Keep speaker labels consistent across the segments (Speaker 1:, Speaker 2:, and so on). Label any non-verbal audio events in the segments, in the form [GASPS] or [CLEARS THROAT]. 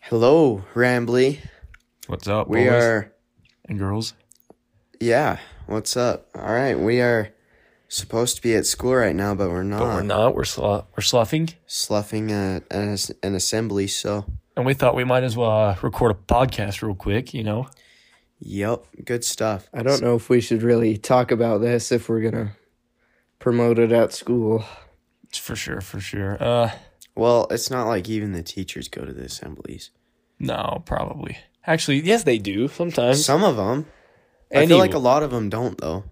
Speaker 1: Hello, Rambly.
Speaker 2: What's up,
Speaker 1: We
Speaker 2: boys
Speaker 1: are,
Speaker 2: and girls?
Speaker 1: yeah, what's up? All right, we are supposed to be at school right now, but we're not.
Speaker 2: But we're not. Uh, We're slu- we're sloughing,
Speaker 1: Sloughing a, an, as- an assembly, so.
Speaker 2: and we thought we might as well uh, record a podcast real quick. You know,
Speaker 1: Yep, good stuff.
Speaker 3: I don't know if we should really talk about this if we're gonna promote it at school.
Speaker 2: It's for sure, for sure. Uh,
Speaker 1: Well, it's not like even the teachers go to the assemblies.
Speaker 2: no, probably. Actually, yes, they do sometimes.
Speaker 1: Some of them. I
Speaker 2: Any-
Speaker 1: feel like a lot of them don't, though.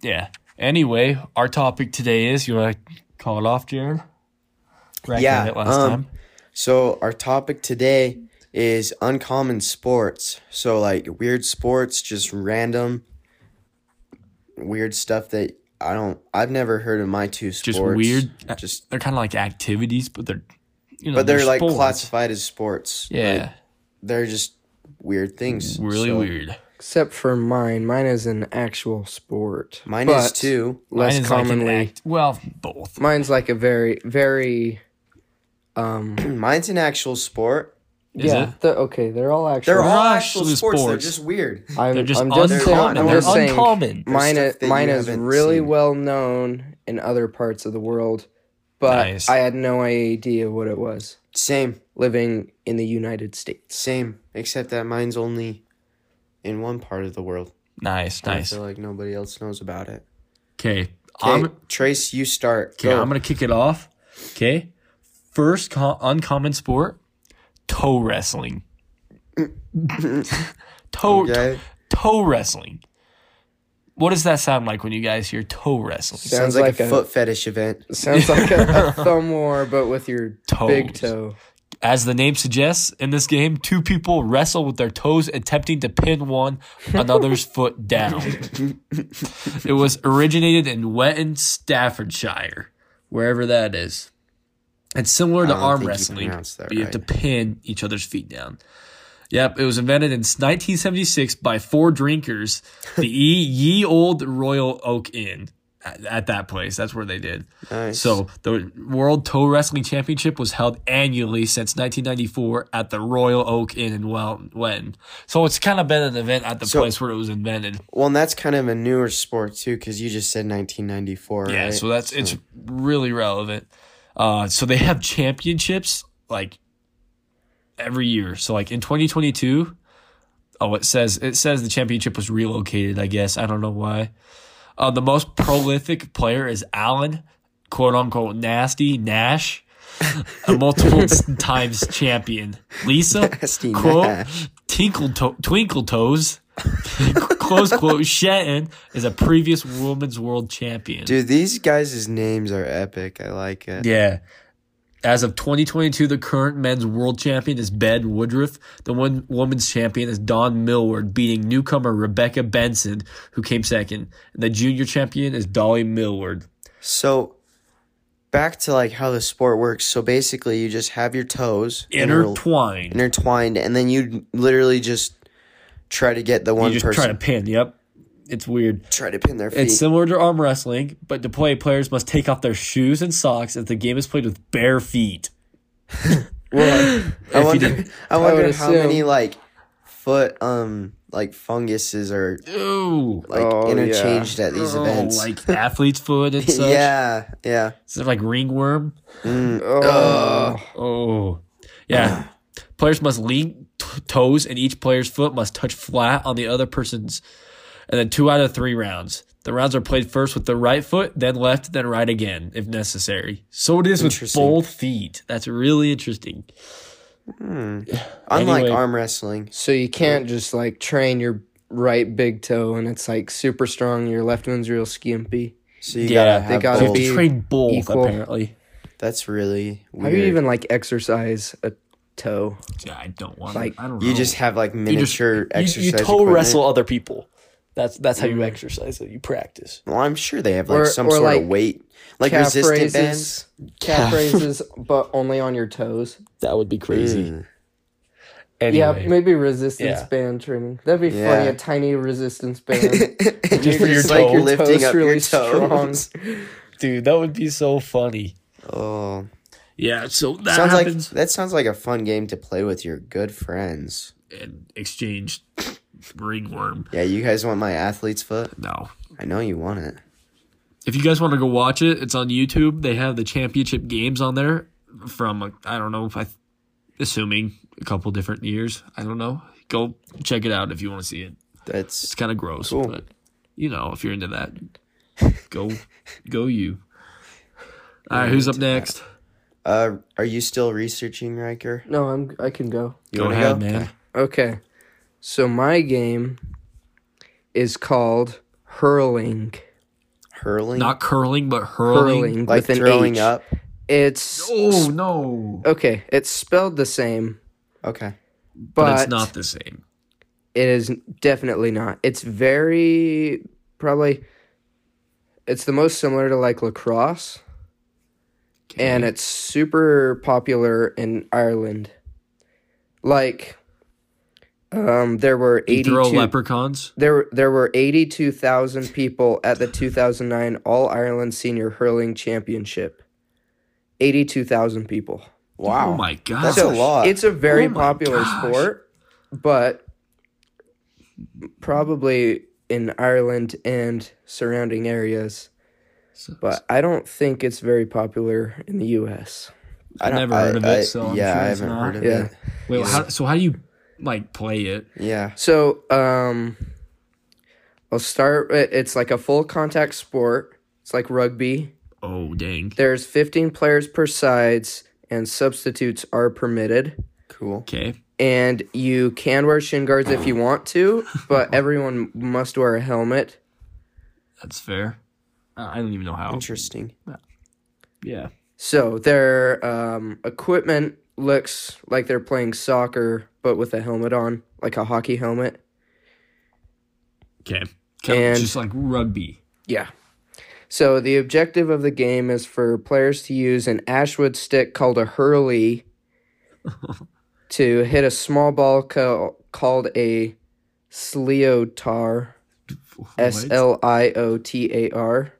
Speaker 2: yeah. Anyway, our topic today is you want to call it off, Jared? Right
Speaker 1: Yeah,
Speaker 2: that last
Speaker 1: um,
Speaker 2: time.
Speaker 1: So, our topic today is uncommon sports. So, like weird sports, just random weird stuff that I don't, I've never heard of my two sports.
Speaker 2: Just weird. uh,
Speaker 1: Just
Speaker 2: They're kind of like activities, but they're you know,
Speaker 1: but they're, like
Speaker 2: sports.
Speaker 1: classified as sports. Like,
Speaker 2: Yeah,
Speaker 1: they're just weird things.
Speaker 2: really
Speaker 1: So,
Speaker 2: weird.
Speaker 3: Except for mine. Mine is an actual sport.
Speaker 1: Mine is
Speaker 3: But
Speaker 1: too.
Speaker 3: Less
Speaker 2: Mine is like an
Speaker 3: commonly.
Speaker 2: act- well, both.
Speaker 3: mine's like a very very um
Speaker 1: [CLEARS THROAT] Mine's an actual sport.
Speaker 2: Is
Speaker 3: yeah.
Speaker 2: it?
Speaker 3: the- okay, they're all actual.
Speaker 1: They're all
Speaker 2: Not
Speaker 1: actual
Speaker 2: actually
Speaker 1: sports. They're
Speaker 2: sports.
Speaker 1: just weird.
Speaker 3: I'm,
Speaker 2: They're just
Speaker 3: I'm just saying,
Speaker 2: uncommon.
Speaker 3: I'm
Speaker 2: They're
Speaker 3: just saying
Speaker 2: uncommon.
Speaker 3: mine
Speaker 1: There's
Speaker 3: is,
Speaker 1: stuff that
Speaker 3: mine
Speaker 1: you
Speaker 3: is
Speaker 1: haven't
Speaker 3: really
Speaker 1: seen.
Speaker 3: well known in other parts of the world, but
Speaker 2: Nice.
Speaker 3: I had no idea what it was
Speaker 1: Same,
Speaker 3: living in the United States.
Speaker 1: same. Except that mine's only in one part of the world.
Speaker 2: Nice,
Speaker 1: I
Speaker 2: nice.
Speaker 1: feel like nobody else knows about it.
Speaker 2: Okay,
Speaker 1: Okay,
Speaker 2: I'm
Speaker 1: Trace, you start.
Speaker 2: Okay, I'm gonna kick it off. Okay, first co- uncommon sport: toe wrestling. toe,
Speaker 1: Okay.
Speaker 2: toe wrestling. What does that sound like when you guys hear toe wrestling?
Speaker 1: Sounds
Speaker 3: Sounds
Speaker 1: like,
Speaker 3: like
Speaker 1: a
Speaker 3: a-
Speaker 1: foot fetish event.
Speaker 3: Sounds like
Speaker 2: [LAUGHS]
Speaker 3: a, a thumb war, but with your big
Speaker 2: Toes.
Speaker 3: toe.
Speaker 2: As the name suggests, in this game, two people wrestle with their toes, attempting to pin one another's foot down. it was originated in Wetton, Staffordshire, wherever that is. It's similar to
Speaker 1: don't
Speaker 2: arm
Speaker 1: think you
Speaker 2: wrestling.
Speaker 1: pronounced that
Speaker 2: but you have to
Speaker 1: right.
Speaker 2: pin each other's feet down. Yep, it was invented in 1976 by four drinkers, the ye, ye old Royal Oak Inn. At, at that place, that's where they did.
Speaker 1: Nice.
Speaker 2: So the World Toe Wrestling Championship was held annually since 1994 at the Royal Oak Inn in Wel- Wenton. So it's kind of been an event at the
Speaker 1: So-
Speaker 2: place where it was invented.
Speaker 1: Well, and that's kind of a newer sport too, because you just said 1994.
Speaker 2: Yeah,
Speaker 1: right? Hmm.
Speaker 2: so that's it's really relevant. Uh, so they have championships like every year. So like in 2022, oh, it says it says the championship was relocated. I guess I don't know why. Uh, the most prolific player is Allen, quote unquote nasty Nash,
Speaker 1: [LAUGHS]
Speaker 2: a multiple times champion. Lisa,
Speaker 1: Nasty
Speaker 2: quote
Speaker 1: Nash.
Speaker 2: Tinkle to- Twinkle Toes. [LAUGHS] Close quote. Shetton is a previous women's world champion.
Speaker 1: dude, these guys' names are epic. I like it.
Speaker 2: Yeah. As of 2022, the current men's world champion is Ben Woodruff. The one women's champion is Dawn Millward, beating newcomer Rebecca Benson, who came second. And the junior champion is Dolly Millward.
Speaker 1: So back to like how the sport works. So basically, you just have your toes interl-
Speaker 2: Intertwined.
Speaker 1: intertwined, and then you literally just try to get the one
Speaker 2: You just
Speaker 1: person
Speaker 2: try to pin. Yep. It's weird.
Speaker 1: try to pin their feet.
Speaker 2: It's similar to arm wrestling, but to play, players must take off their shoes and socks as the game is played with
Speaker 1: [LAUGHS]
Speaker 2: bare feet.
Speaker 3: Well,
Speaker 1: I
Speaker 2: [LAUGHS] If you
Speaker 1: wonder.
Speaker 2: did-
Speaker 1: I wonder
Speaker 3: would
Speaker 1: how many
Speaker 3: assume.
Speaker 1: like foot um like funguses are
Speaker 2: Ooh.
Speaker 1: like
Speaker 3: Oh, yeah.
Speaker 1: interchanged at these
Speaker 2: Oh,
Speaker 1: events. [LAUGHS]
Speaker 2: like athlete's foot and such.
Speaker 1: yeah, yeah.
Speaker 2: Is it like ringworm?
Speaker 1: Mm.
Speaker 3: oh,
Speaker 2: Oh, yeah.
Speaker 1: Ah.
Speaker 2: players must lean t- toes, and each player's foot must touch flat on the other person's. And then two out of three rounds. The rounds are played first with the right foot, then left, then right again, if necessary. So it is with
Speaker 1: Interesting.
Speaker 2: both feet. That's really interesting.
Speaker 1: Hmm. Unlike
Speaker 2: Anyway.
Speaker 1: arm wrestling,
Speaker 3: so you can't just like train your right big toe and it's like super strong. Your left one's real skimpy.
Speaker 1: so you
Speaker 2: Yeah,
Speaker 1: gotta
Speaker 2: they
Speaker 1: have
Speaker 3: gotta
Speaker 1: both.
Speaker 3: be-
Speaker 2: You train both,
Speaker 3: equal.
Speaker 2: apparently.
Speaker 1: That's really
Speaker 3: How
Speaker 1: weird.
Speaker 3: do you even like exercise a toe?
Speaker 2: Yeah, I don't want.
Speaker 3: Like,
Speaker 2: I don't
Speaker 1: You just have like
Speaker 2: You just-
Speaker 1: miniature exercise.
Speaker 2: you, you toe
Speaker 1: equipment. Mm.
Speaker 2: wrestle other people. That's that's how you exercise it. You practice.
Speaker 1: Well, I'm sure they have like
Speaker 3: Or-
Speaker 1: some
Speaker 3: or,
Speaker 1: sort
Speaker 3: like,
Speaker 1: of weight, like
Speaker 3: calf
Speaker 1: resistant
Speaker 3: raises,
Speaker 2: [LAUGHS]
Speaker 1: bands.
Speaker 3: calf raises, but only on your toes.
Speaker 2: That would be crazy.
Speaker 1: Mm.
Speaker 2: Anyway,
Speaker 3: Yeah, maybe resistance
Speaker 2: Yeah.
Speaker 3: band training. That'd be
Speaker 1: Yeah.
Speaker 3: funny. A tiny resistance
Speaker 1: [LAUGHS]
Speaker 3: band.
Speaker 1: just
Speaker 2: for your
Speaker 1: like
Speaker 2: toe.
Speaker 1: you're lifting
Speaker 3: Toes
Speaker 1: up
Speaker 2: [LAUGHS]
Speaker 3: really
Speaker 1: your toes.
Speaker 2: dude, that would be so funny.
Speaker 1: Oh,
Speaker 2: Yeah, so that
Speaker 1: sounds
Speaker 2: happens.
Speaker 1: like that sounds like a fun game to play with your good friends.
Speaker 2: and exchange ringworm.
Speaker 1: Yeah, you guys want my athlete's foot?
Speaker 2: No.
Speaker 1: I know you want it.
Speaker 2: If you guys want to go watch it, it's on YouTube. They have the championship games on there from I don't know if I assuming a couple different years. I don't know. Go check it out if you want to see it. It's
Speaker 1: That's
Speaker 2: kind of gross,
Speaker 1: Cool.
Speaker 2: but you know, if you're into that, go
Speaker 1: [LAUGHS]
Speaker 2: go you. All right, who's up next?
Speaker 1: uh are you still researching Riker?
Speaker 3: No, I'm I can go.
Speaker 1: You
Speaker 2: Go
Speaker 1: wanna
Speaker 2: ahead, man.
Speaker 3: Okay. So my game is called hurling.
Speaker 1: Hurling?
Speaker 2: Not curling, but hurling.
Speaker 3: Hurling
Speaker 1: like
Speaker 3: with an
Speaker 1: throwing
Speaker 3: H.
Speaker 1: up.
Speaker 3: It's
Speaker 2: Oh no.
Speaker 3: okay. It's spelled the same,
Speaker 1: Okay.
Speaker 3: but,
Speaker 2: But, it's not the same.
Speaker 3: It is definitely not. It's very probably. It's the most similar to like lacrosse, and it's super popular in Ireland. Like, um, there were
Speaker 2: You
Speaker 3: eighty-two.
Speaker 2: throw leprechauns.
Speaker 3: There, there were 82,000 people at the 2009 All Ireland Senior Hurling Championship. 82,000 people.
Speaker 1: Wow.
Speaker 2: Oh my god.
Speaker 1: That's a lot.
Speaker 3: It's a very
Speaker 2: Oh my
Speaker 3: popular
Speaker 2: gosh.
Speaker 3: sport, but probably in Ireland and surrounding areas.
Speaker 2: So-
Speaker 3: But I don't think it's very popular in the US.
Speaker 1: I don't-
Speaker 2: never
Speaker 1: I-
Speaker 2: heard of it,
Speaker 1: I-
Speaker 2: so I'm
Speaker 1: yeah,
Speaker 2: sure
Speaker 1: I
Speaker 2: it's
Speaker 1: haven't
Speaker 2: not.
Speaker 1: heard of
Speaker 3: Yeah.
Speaker 1: it.
Speaker 2: Wait,
Speaker 1: Yeah.
Speaker 2: how, so how do you like play it?
Speaker 1: Yeah.
Speaker 3: So, um, I'll start. it- It's like a full contact sport, it's like rugby.
Speaker 2: Oh dang.
Speaker 3: There's 15 players per sides, and substitutes are permitted.
Speaker 1: Cool.
Speaker 2: Okay.
Speaker 3: And you can wear shin guards if you want to, but everyone must wear a helmet.
Speaker 2: That's fair. Uh, I don't even know how.
Speaker 1: Interesting.
Speaker 2: Yeah.
Speaker 3: So their um, equipment looks like they're playing soccer, but with a helmet on, like a hockey helmet.
Speaker 2: Okay. Kind of
Speaker 3: And-
Speaker 2: just like rugby.
Speaker 3: Yeah. So the objective of the game is for players to use an ashwood stick called
Speaker 2: [LAUGHS]
Speaker 3: a hurley to hit a small ball ca- called a sleotar. S
Speaker 2: What?
Speaker 3: L I O T A R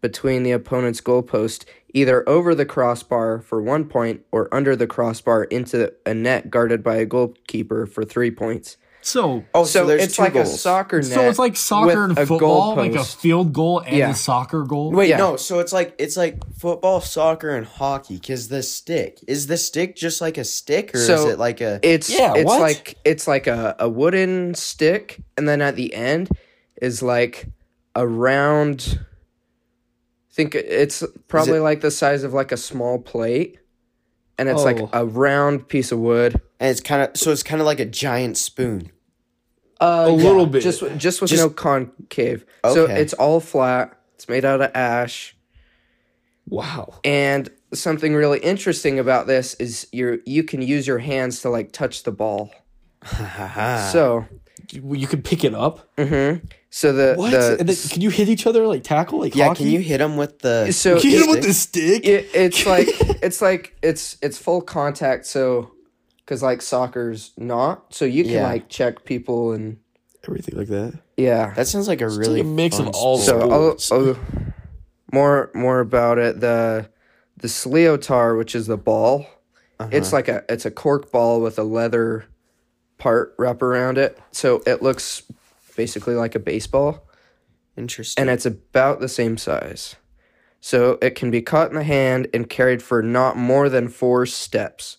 Speaker 3: between the opponent's goalpost, either over the crossbar for one point or under the crossbar into a net guarded by a goalkeeper for three points.
Speaker 2: So
Speaker 1: Oh, so,
Speaker 3: So,
Speaker 1: there's
Speaker 3: it's
Speaker 1: two
Speaker 3: like
Speaker 1: goals.
Speaker 3: a soccer net.
Speaker 2: so it's like soccer
Speaker 3: with
Speaker 2: and
Speaker 3: a
Speaker 2: football, like a
Speaker 3: goalpost.
Speaker 2: field goal and
Speaker 3: Yeah.
Speaker 2: a soccer goal.
Speaker 1: Wait,
Speaker 3: Yeah.
Speaker 1: no. So it's like it's like football, soccer, and hockey. Cause the stick is the stick just like a stick, or is
Speaker 3: So
Speaker 1: it like a?
Speaker 3: It's
Speaker 1: Yeah,
Speaker 3: it's
Speaker 1: what?
Speaker 3: like it's like a, a wooden stick, and then at the end is like a round. Think it's probably like the size of like a small plate, and it's like
Speaker 2: Oh.
Speaker 3: a round piece of wood.
Speaker 1: and it's kind of so it's kind of like a giant spoon.
Speaker 3: Uh,
Speaker 2: A little bit.
Speaker 3: Just just with
Speaker 1: Just-
Speaker 3: no concave. So
Speaker 1: Okay.
Speaker 3: it's all flat. It's made out of ash.
Speaker 2: Wow.
Speaker 3: And something really interesting about this is you you can use your hands to like touch the ball. Uh-huh.
Speaker 2: Ah.
Speaker 3: So
Speaker 2: You, you could pick it up.
Speaker 3: mhm. so the
Speaker 2: What?
Speaker 3: the,
Speaker 2: And then, can you hit each other like tackle? Like
Speaker 1: yeah,
Speaker 2: hockey?
Speaker 1: can you hit them with the?
Speaker 3: So-
Speaker 2: [LAUGHS] You hit
Speaker 1: stick?
Speaker 2: him with the stick?
Speaker 3: it, it's
Speaker 2: [LAUGHS]
Speaker 3: like it's like it's it's full contact. So because like soccer's not, so you can
Speaker 1: Yeah.
Speaker 3: like check people and
Speaker 2: Everything like that.
Speaker 3: yeah.
Speaker 1: That sounds like a
Speaker 2: like
Speaker 1: really
Speaker 2: a mix
Speaker 1: fun
Speaker 2: of all
Speaker 1: sport.
Speaker 3: so I'll,
Speaker 2: sports.
Speaker 3: I'll- more more about it the the sleotar which is the ball it's
Speaker 2: Uh-huh.
Speaker 3: like a it's a cork ball with a leather part wrap around it so it looks basically like a baseball
Speaker 1: Interesting.
Speaker 3: and it's about the same size so it can be caught in the hand and carried for not more than four steps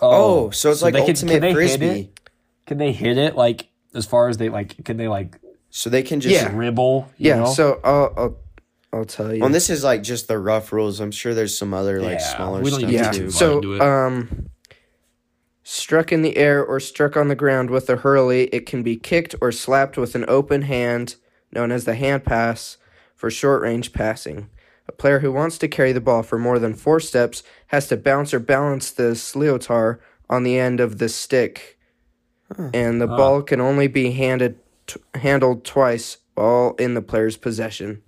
Speaker 1: oh, so it's like
Speaker 2: they can-
Speaker 1: ultimate
Speaker 2: can they hit
Speaker 1: frisbee.
Speaker 2: it? Can they hit it like as far as they like? Can they like
Speaker 1: So they can just.
Speaker 3: Yeah.
Speaker 2: dribble? you
Speaker 3: yeah
Speaker 2: know?
Speaker 3: so I'll, I'll i'll tell you
Speaker 1: Well, this is like just the rough rules. I'm sure there's some other like
Speaker 2: Yeah,
Speaker 1: smaller
Speaker 2: we don't
Speaker 1: stuff
Speaker 2: need
Speaker 3: yeah.
Speaker 2: to
Speaker 1: too.
Speaker 2: do
Speaker 3: So,
Speaker 2: into it.
Speaker 3: um, struck in the air or struck on the ground with a hurley, it can be kicked or slapped with an open hand, known as the hand pass, for short range passing. A player who wants to carry the ball for more than four steps has to bounce or balance this leotard on the end of the stick, and the ball can only be handed t- handled twice while in the player's possession.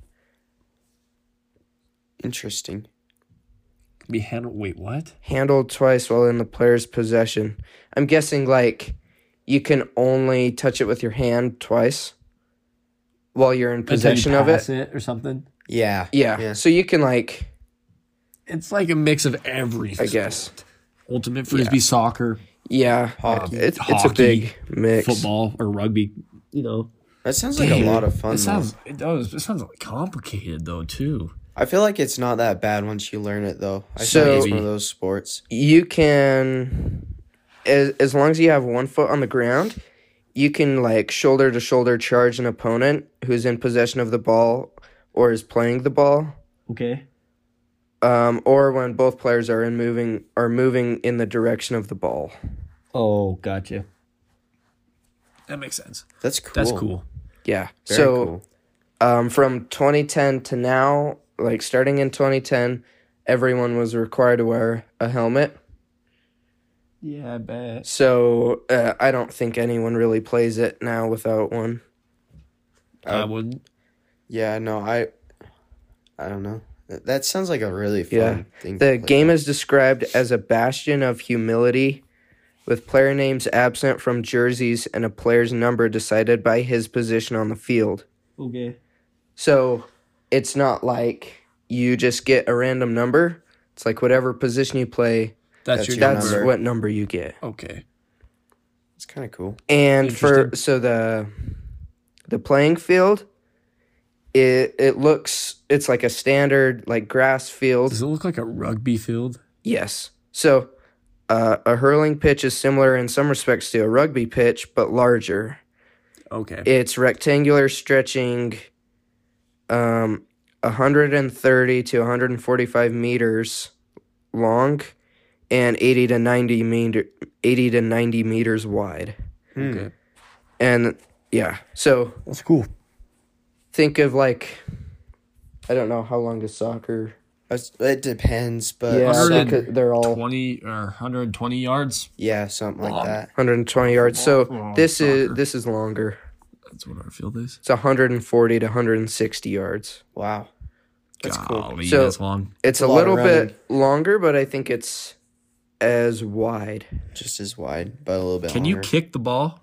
Speaker 1: Interesting.
Speaker 2: be handled. Wait, what?
Speaker 3: handled twice while in the player's possession. I'm guessing like you can only touch it with your hand twice while you're in possession of it.
Speaker 2: or something.
Speaker 1: Yeah.
Speaker 3: Yeah.
Speaker 1: Yeah.
Speaker 3: So you can like
Speaker 2: it's like a mix of everything.
Speaker 3: I guess.
Speaker 2: Ultimate frisbee, soccer,
Speaker 3: Yeah,
Speaker 1: Hockey.
Speaker 3: it's it's a
Speaker 2: Hockey.
Speaker 3: big mix.
Speaker 2: football, or rugby. You know,
Speaker 1: That sounds like
Speaker 2: Dang.
Speaker 1: a lot of fun.
Speaker 2: it
Speaker 1: though.
Speaker 2: sounds it does. It sounds complicated though too.
Speaker 1: I feel like it's not that bad once you learn it, though. I
Speaker 3: So-
Speaker 1: think it's one of those sports.
Speaker 3: You can, as as long as you have one foot on the ground, you can like shoulder to shoulder charge an opponent who's in possession of the ball or is playing the ball.
Speaker 2: Okay.
Speaker 3: Um, or when both players are in moving are moving in the direction of the ball.
Speaker 2: Oh, gotcha. That makes sense.
Speaker 1: That's cool.
Speaker 2: That's cool.
Speaker 3: Yeah.
Speaker 1: Very
Speaker 3: so
Speaker 1: cool.
Speaker 3: um, from 2010 to now, like starting in 2010, everyone was required to wear a helmet.
Speaker 2: Yeah, I bet.
Speaker 3: So uh, I don't think anyone really plays it now without one.
Speaker 2: I wouldn't.
Speaker 1: Yeah, no, I, I don't know. That, that sounds like a really fun
Speaker 3: Yeah.
Speaker 1: thing. to play.
Speaker 3: The game is described as a bastion of humility, with player names absent from jerseys and a player's number decided by his position on the field.
Speaker 1: Oh.
Speaker 2: Okay.
Speaker 3: So it's not like you just get a random number. It's like whatever position you play,
Speaker 2: That's,
Speaker 1: That's
Speaker 2: your
Speaker 1: your
Speaker 3: that's
Speaker 2: number.
Speaker 3: what number you get.
Speaker 2: Okay.
Speaker 1: It's kind of cool.
Speaker 3: And for
Speaker 2: Interesting.
Speaker 3: so the the playing field, it it looks it's like a standard like grass field.
Speaker 2: Does it look like a rugby field?
Speaker 3: Yes. So uh, a hurling pitch is similar in some respects to a rugby pitch, but larger.
Speaker 2: Okay.
Speaker 3: It's rectangular, stretching um, 130 to 145 meters long, and 80 to 90 meter, 80 to 90 meters wide.
Speaker 1: Hmm.
Speaker 2: Okay.
Speaker 3: And yeah, so
Speaker 2: That's cool.
Speaker 3: think of like, I don't know how long is soccer.
Speaker 1: That's- It depends, but
Speaker 3: Yeah,
Speaker 1: yeah,
Speaker 2: so
Speaker 3: they could- they're all
Speaker 2: 20 or 120 yards.
Speaker 1: something like
Speaker 2: Long.
Speaker 1: that.
Speaker 3: 120 yards. So
Speaker 2: Long
Speaker 3: this is
Speaker 2: soccer.
Speaker 3: this is longer.
Speaker 2: That's what our field is.
Speaker 3: It's 140 to 160 yards.
Speaker 1: Wow, that's cool.
Speaker 2: Golly,
Speaker 3: So-
Speaker 2: that's long.
Speaker 3: It's
Speaker 1: a
Speaker 3: a,
Speaker 1: lot of
Speaker 3: little bit longer, but I think it's as wide.
Speaker 1: Just as wide, but a little bit.
Speaker 2: Can you
Speaker 3: uh,
Speaker 1: longer.
Speaker 2: kick the ball?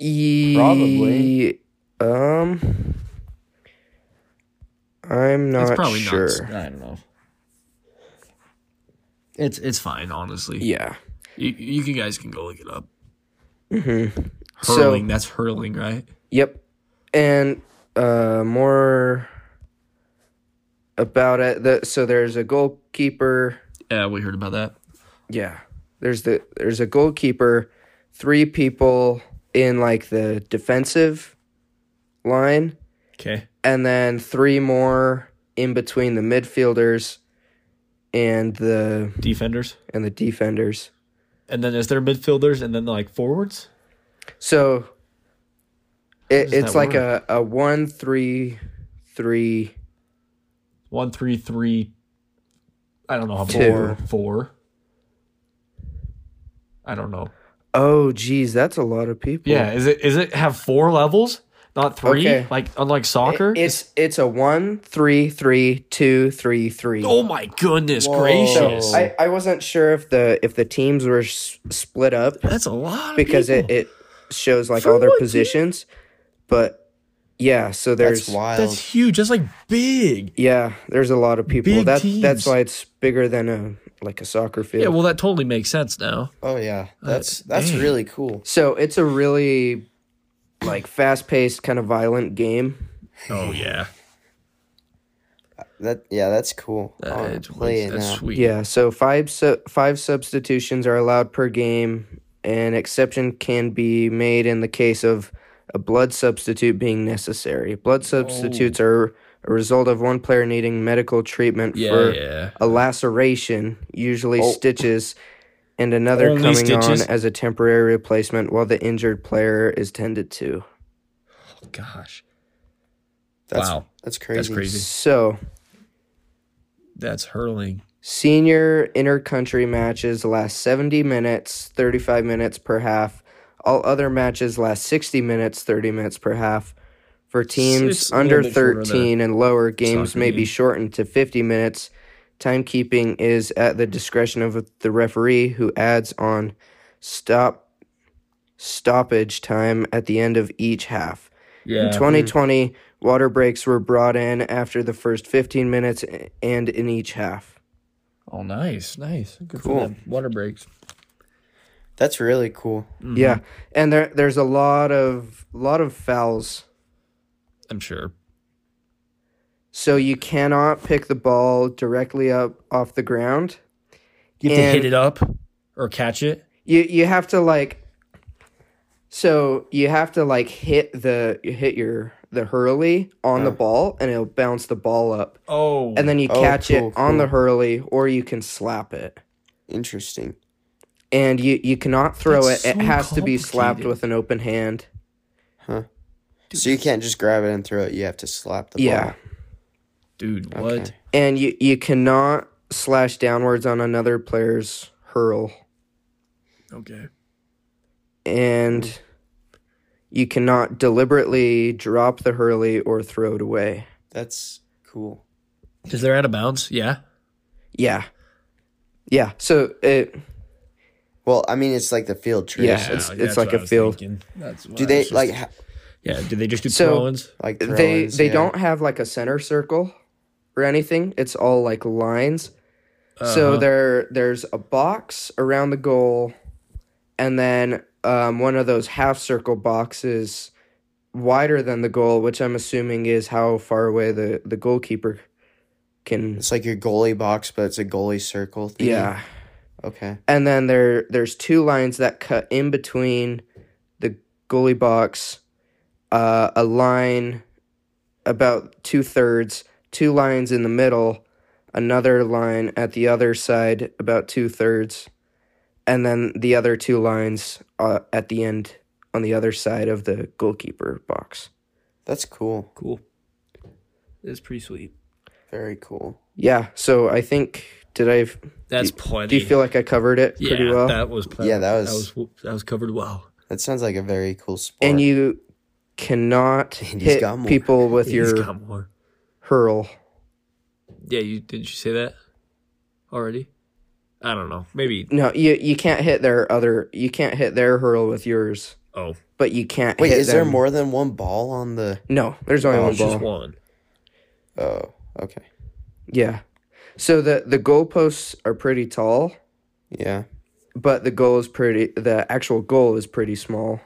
Speaker 1: Probably.
Speaker 3: Ye- E, Um, I'm
Speaker 2: It's
Speaker 3: not
Speaker 2: probably
Speaker 3: sure.
Speaker 2: not. I don't know. It's it's fine, honestly.
Speaker 3: Yeah.
Speaker 2: You, you can- guys can go look it up.
Speaker 3: hmm So-
Speaker 2: Hurling, that's hurling, right?
Speaker 3: Yep. And uh, more about it. The, so there's a goalkeeper.
Speaker 2: Yeah, we heard about that.
Speaker 3: Yeah. There's the there's a goalkeeper, three people in like the defensive line,
Speaker 2: Okay.
Speaker 3: and then three more in between the midfielders and the
Speaker 2: Defenders.
Speaker 3: and the defenders.
Speaker 2: And then is there midfielders and then like forwards?
Speaker 3: So it,
Speaker 2: does
Speaker 3: it's
Speaker 2: that
Speaker 3: like a, a one three three
Speaker 2: One, three, three. I don't know how
Speaker 3: Two.
Speaker 2: four. Four. I don't know.
Speaker 3: oh geez, that's a lot of people.
Speaker 2: Yeah, is it is it have four levels, not three?
Speaker 3: Okay.
Speaker 2: Like unlike soccer.
Speaker 3: It's it's a one three three two three three.
Speaker 2: oh my goodness
Speaker 1: Whoa.
Speaker 2: gracious!
Speaker 1: So,
Speaker 3: I, I wasn't sure if the if the teams were s- split up
Speaker 2: That's a lot of
Speaker 3: because it,
Speaker 2: people.
Speaker 3: it shows like
Speaker 2: For
Speaker 3: all their
Speaker 2: what team?
Speaker 3: positions, but yeah, so
Speaker 1: That's
Speaker 3: there's
Speaker 1: wild.
Speaker 2: that's huge. That's like big.
Speaker 3: yeah there's a lot of people.
Speaker 2: Big
Speaker 3: That that's
Speaker 2: teams.
Speaker 3: why it's bigger than a like a soccer field.
Speaker 2: Yeah, well, that totally makes sense now.
Speaker 1: oh yeah, that's
Speaker 2: Uh,
Speaker 1: that's
Speaker 2: dang.
Speaker 1: really cool.
Speaker 3: So it's a really like fast paced, kind of violent game.
Speaker 2: Oh yeah,
Speaker 1: That yeah, that's cool. Oh, I wanna
Speaker 2: that's,
Speaker 1: play it
Speaker 2: that's
Speaker 1: now.
Speaker 2: sweet.
Speaker 3: Yeah. So five su- five substitutions are allowed per game. An exception can be made in the case of a blood substitute being necessary.
Speaker 2: Oh.
Speaker 3: Blood substitutes are a result of one player needing medical treatment
Speaker 2: yeah,
Speaker 3: for
Speaker 2: yeah.
Speaker 3: a laceration, usually
Speaker 1: Oh.
Speaker 3: stitches, and another
Speaker 2: Only
Speaker 3: coming
Speaker 2: stitches?
Speaker 3: on as a temporary replacement while the injured player is tended to.
Speaker 2: Gosh,
Speaker 1: That's,
Speaker 2: wow,
Speaker 1: that's crazy.
Speaker 2: that's crazy.
Speaker 3: So
Speaker 2: That's hurling.
Speaker 3: Senior intercountry matches last 70 minutes, 35 minutes per half. All other matches last 60 minutes, 30 minutes per half. For
Speaker 2: it's a
Speaker 3: teams
Speaker 2: little
Speaker 3: under
Speaker 2: bit shorter than
Speaker 3: 13 and lower, games
Speaker 2: soccer
Speaker 3: may
Speaker 2: game.
Speaker 3: be shortened to 50 minutes. Timekeeping is at the discretion of the referee who adds on stop stoppage time at the end of each half.
Speaker 2: Yeah,
Speaker 3: In 2020, water breaks were brought in after the first 15 minutes and in each half.
Speaker 2: Oh, nice, nice.
Speaker 1: Cool.
Speaker 2: Good for them. Water breaks. Mm-hmm.
Speaker 1: That's really cool.
Speaker 3: Yeah,
Speaker 1: Mm-hmm.
Speaker 3: and there there's a lot of lot of fouls.
Speaker 2: I'm sure.
Speaker 3: So you cannot pick the ball directly up off the ground.
Speaker 2: You have to hit
Speaker 3: And-
Speaker 2: it up or catch it.
Speaker 3: You you have to like so you have to like hit the you hit your the hurley on the
Speaker 1: Yeah.
Speaker 3: ball and it'll bounce the ball up.
Speaker 2: Oh,
Speaker 3: And then you
Speaker 1: Uh. Oh,
Speaker 3: catch
Speaker 1: cool,
Speaker 3: it on the
Speaker 1: cool.
Speaker 3: hurley or you can slap it.
Speaker 1: Interesting.
Speaker 3: And you you cannot throw
Speaker 2: That's
Speaker 3: it.
Speaker 2: so
Speaker 3: it has to be slapped
Speaker 2: complicated.
Speaker 3: with an open hand.
Speaker 1: So you can't just grab it and throw it. You have to slap the
Speaker 3: yeah.
Speaker 1: ball.
Speaker 2: dude, what?
Speaker 1: Okay.
Speaker 3: And you you cannot slash downwards on another player's hurl.
Speaker 2: Okay.
Speaker 3: and you cannot deliberately drop the hurley or throw it away.
Speaker 1: That's cool.
Speaker 2: Because they're out of bounds. Yeah.
Speaker 3: Yeah. Yeah. So it
Speaker 1: Well, I mean, it's like the field
Speaker 3: Yeah,
Speaker 1: tradition.
Speaker 3: it's- it's like a field.
Speaker 1: Do they like ha-
Speaker 2: Yeah. Do they just do
Speaker 3: So-
Speaker 2: throw-ins?
Speaker 1: like
Speaker 3: they
Speaker 1: throw-ins?
Speaker 3: they
Speaker 1: Yeah.
Speaker 3: don't have like a center circle or anything. It's all like lines.
Speaker 2: Uh-huh.
Speaker 3: So there there's a box around the goal and then um, one of those half circle boxes wider than the goal, which I'm assuming is how far away the, the goalkeeper can
Speaker 1: It's like your goalie box, but it's a goalie circle. Thing.
Speaker 3: Yeah.
Speaker 1: Okay.
Speaker 3: and then there there's two lines that cut in between the goalie box, uh, a line about two thirds, two lines in the middle, another line at the other side about two thirds, and then the other two lines uh, at the end on the other side of the goalkeeper box.
Speaker 1: That's cool.
Speaker 2: cool. It's pretty sweet.
Speaker 1: Very cool.
Speaker 3: Yeah, so I think did I?
Speaker 2: That's
Speaker 3: do,
Speaker 2: plenty.
Speaker 3: Do you feel like I covered it
Speaker 2: yeah,
Speaker 3: pretty well?
Speaker 2: That was plenty.
Speaker 1: Yeah, that
Speaker 2: that was
Speaker 1: was
Speaker 2: that was covered well.
Speaker 1: that sounds like a very cool sport.
Speaker 3: and you cannot
Speaker 1: And he's
Speaker 3: hit
Speaker 1: got more.
Speaker 3: people with
Speaker 2: He's
Speaker 3: your
Speaker 2: got more.
Speaker 3: hurl.
Speaker 2: Yeah, you didn't you say that already? I don't know. Maybe.
Speaker 3: No, you you can't hit their other. You can't hit their hurl with yours,
Speaker 2: Oh,
Speaker 3: but you can't.
Speaker 1: wait,
Speaker 3: hit
Speaker 1: is there
Speaker 3: them.
Speaker 1: more than one ball on the?
Speaker 3: No, there's only
Speaker 1: Oh,
Speaker 3: one
Speaker 2: it's just
Speaker 3: ball.
Speaker 2: one.
Speaker 1: Oh, okay.
Speaker 3: Yeah, so the the goalposts are pretty tall,
Speaker 1: Yeah.
Speaker 3: but the goal is pretty. The actual goal is pretty small.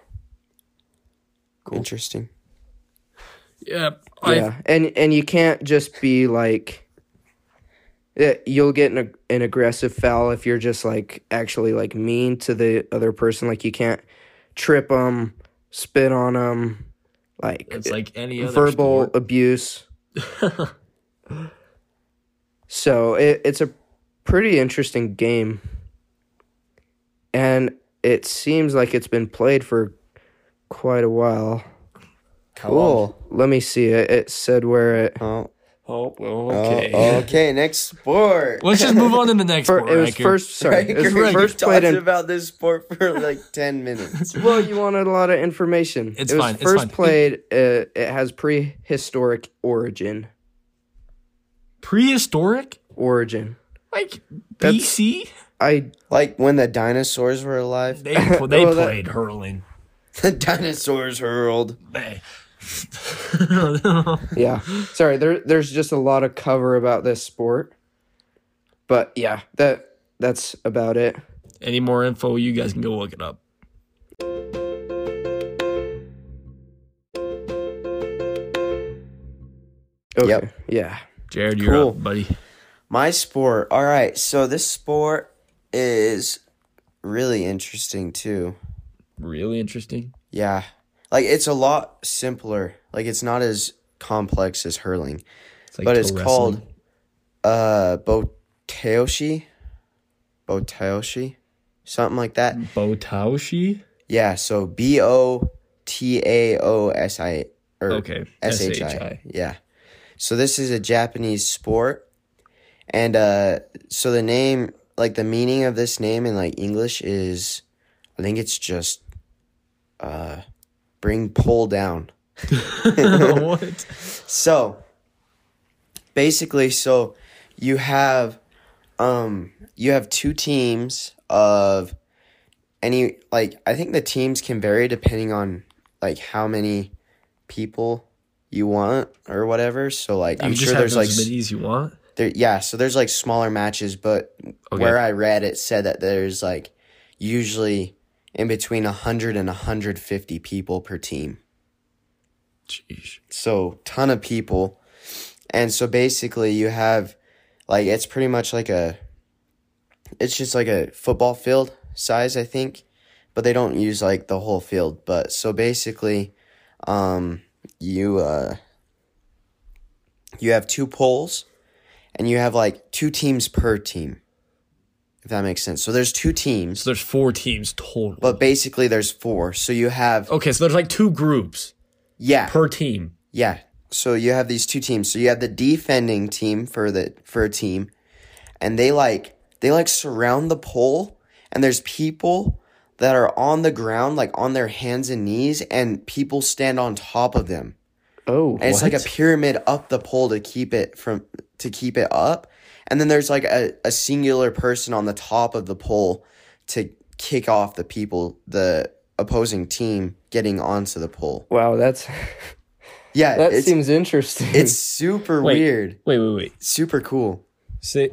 Speaker 1: Interesting.
Speaker 2: Yeah. I,
Speaker 3: yeah, and and you can't just be like. Yeah, you'll get an, ag- an aggressive foul if you're just like actually like mean to the other person. Like you can't trip them, spit on them, like
Speaker 2: it's like any other
Speaker 3: verbal uh,
Speaker 2: sport. [LAUGHS]
Speaker 3: abuse. So it, it's a pretty interesting game. And it seems like it's been played for quite a while.
Speaker 1: Cool.
Speaker 3: Let me see. It, it said where it.
Speaker 1: Oh,
Speaker 2: Oh,
Speaker 3: uh,
Speaker 2: well,
Speaker 1: okay.
Speaker 2: okay.
Speaker 1: Oh, okay. Next sport.
Speaker 2: Let's just move on to the
Speaker 3: [LAUGHS]
Speaker 2: next
Speaker 3: Fir-
Speaker 2: sport.
Speaker 3: it was
Speaker 2: Riker.
Speaker 3: first. Sorry,
Speaker 2: [LAUGHS]
Speaker 3: it was
Speaker 1: Riker,
Speaker 3: first
Speaker 1: you
Speaker 3: played
Speaker 1: talked
Speaker 3: in.
Speaker 1: about this sport for like ten minutes.
Speaker 3: Well, you wanted a lot of information.
Speaker 2: It's
Speaker 3: it was
Speaker 2: fine, it's
Speaker 3: first
Speaker 2: fine.
Speaker 3: played. Uh, it has prehistoric origin.
Speaker 2: prehistoric,
Speaker 3: Origin.
Speaker 2: like
Speaker 3: That's-
Speaker 2: BC.
Speaker 3: I
Speaker 1: Like when the dinosaurs were alive. [LAUGHS]
Speaker 2: They pl- they
Speaker 3: Well, that-
Speaker 2: played hurling.
Speaker 1: The dinosaurs hurled.
Speaker 2: They. [LAUGHS]
Speaker 3: yeah. Sorry, there there's just a lot of cover about this sport. But yeah, that that's about it.
Speaker 2: Any more info, you guys can go look it up.
Speaker 3: Okay.
Speaker 1: Yep.
Speaker 3: Yeah.
Speaker 2: Jared, you're
Speaker 1: Cool.
Speaker 2: up, buddy.
Speaker 1: My sport. All right. So this sport is really interesting too.
Speaker 2: Really interesting.
Speaker 1: Yeah. Like it's a lot simpler. Like it's not as complex as hurling.
Speaker 2: It's like
Speaker 1: but
Speaker 2: toe
Speaker 1: it's
Speaker 2: wrestling.
Speaker 1: called uh Botayoshi. Botayoshi. Something like that.
Speaker 2: Botaoshi.
Speaker 1: Yeah, so B O T A O S I or
Speaker 2: Okay,
Speaker 1: S H
Speaker 2: SHI.
Speaker 1: I. Yeah. So this is a Japanese sport. And uh so the name like the meaning of this name in like English is I think it's just uh bring pole down. [LAUGHS]
Speaker 2: what?
Speaker 1: So basically so you have um you have two teams of any like I think the teams can vary depending on like how many people you want or whatever. So like
Speaker 2: You
Speaker 1: I'm
Speaker 2: just
Speaker 1: sure
Speaker 2: have
Speaker 1: there's
Speaker 2: as
Speaker 1: like
Speaker 2: many as you want.
Speaker 1: there yeah, so there's like smaller matches, but
Speaker 2: Okay.
Speaker 1: where I read it said that there's like usually in between 100 and 150 people per team.
Speaker 2: Jeez.
Speaker 1: So, ton of people. And so basically you have like it's pretty much like a it's just like a football field size, I think, but they don't use like the whole field, but so basically um you uh you have two poles and you have like two teams per team. If that makes sense. So there's two teams,
Speaker 2: So there's four teams total.
Speaker 1: but basically there's four. So you have
Speaker 2: okay, so there's like two groups
Speaker 1: yeah.
Speaker 2: per team.
Speaker 1: Yeah. So you have these two teams. So you have the defending team for the for a team, and they like they like surround the pole, and there's people that are on the ground, like on their hands and knees, and people stand on top of them.
Speaker 3: Oh,
Speaker 1: And it's like a
Speaker 2: What?
Speaker 1: pyramid up the pole to keep it from to keep it up. And then there's like a, a singular person on the top of the pole to kick off the people, the opposing team getting onto the pole.
Speaker 3: wow,
Speaker 1: [LAUGHS]
Speaker 3: that's
Speaker 1: Yeah,
Speaker 3: that
Speaker 1: it's,
Speaker 3: seems interesting.
Speaker 1: it's super
Speaker 2: Hmm. Wait.
Speaker 1: weird.
Speaker 2: Wait, wait, wait.
Speaker 1: Super cool.
Speaker 2: Say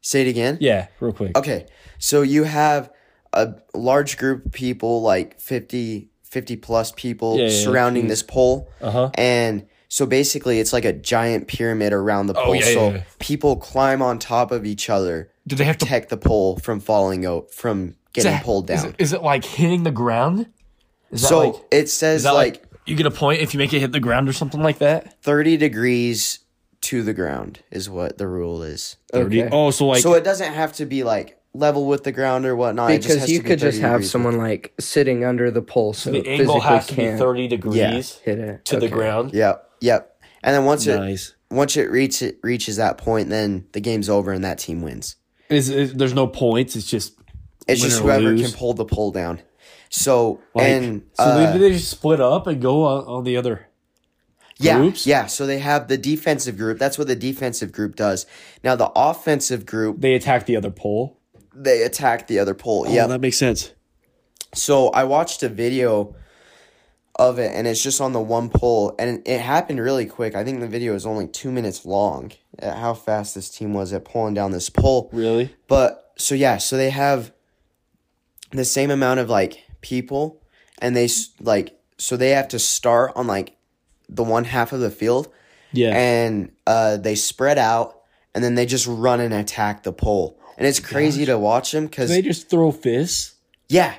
Speaker 1: Say it again.
Speaker 2: yeah, real quick.
Speaker 1: Okay. So you have a large group of people, like 50, 50 plus people
Speaker 2: Yeah, yeah, yeah.
Speaker 1: surrounding this pole.
Speaker 2: Uh huh.
Speaker 1: And so basically, it's like a giant pyramid around the
Speaker 2: Oh,
Speaker 1: pole.
Speaker 2: yeah, yeah,
Speaker 1: so
Speaker 2: yeah.
Speaker 1: people climb on top of each other,
Speaker 2: Do they have to
Speaker 1: protect the pole from falling out, from getting pulled
Speaker 2: Is
Speaker 1: down.
Speaker 2: it, is it like hitting the ground? Is that
Speaker 1: so
Speaker 2: like
Speaker 1: it says
Speaker 2: is that
Speaker 1: like,
Speaker 2: like, you get a point if you make it hit the ground or something like that?
Speaker 1: 30 degrees to the ground is what the rule is.
Speaker 3: Okay.
Speaker 2: Oh, so like
Speaker 1: so it doesn't have to be like level with the ground or whatnot. it just
Speaker 3: because
Speaker 1: has
Speaker 3: you
Speaker 1: to be
Speaker 3: could just
Speaker 1: 30
Speaker 3: have
Speaker 1: degrees.
Speaker 3: someone like sitting under the pole, so
Speaker 2: the
Speaker 3: it
Speaker 2: angle
Speaker 3: physically
Speaker 2: has to be
Speaker 3: can't
Speaker 2: thirty degrees
Speaker 3: hit it
Speaker 2: to the
Speaker 3: Okay.
Speaker 2: ground.
Speaker 1: Yep, yep. And then once it
Speaker 2: nice.
Speaker 1: once it reaches it reaches that point, then the game's over and that team wins.
Speaker 2: Is, is there's no points? It's just
Speaker 1: It's
Speaker 2: Win
Speaker 1: just
Speaker 2: or
Speaker 1: whoever
Speaker 2: lose.
Speaker 1: can pull the pole down. So
Speaker 2: like
Speaker 1: and
Speaker 2: so
Speaker 1: uh,
Speaker 2: they, they just split up and go on, on the other.
Speaker 1: yeah,
Speaker 2: groups?
Speaker 1: yeah. So they have the defensive group. That's what the defensive group does. Now the offensive group
Speaker 2: They attack the other pole.
Speaker 1: they attack the other pole.
Speaker 2: Oh,
Speaker 1: yeah.
Speaker 2: that makes sense.
Speaker 1: So I watched a video of it and it's just on the one pole and it happened really quick. I think the video is only two minutes long. At how fast this team was at pulling down this pole.
Speaker 2: Really?
Speaker 1: But so yeah, so they have the same amount of like people, and they s- like so they have to start on like the one half of the field,
Speaker 2: Yeah.
Speaker 1: and uh, they spread out, and then they just run and attack the pole, and it's crazy to watch them because
Speaker 2: Do Oh they just throw fists.
Speaker 1: yeah,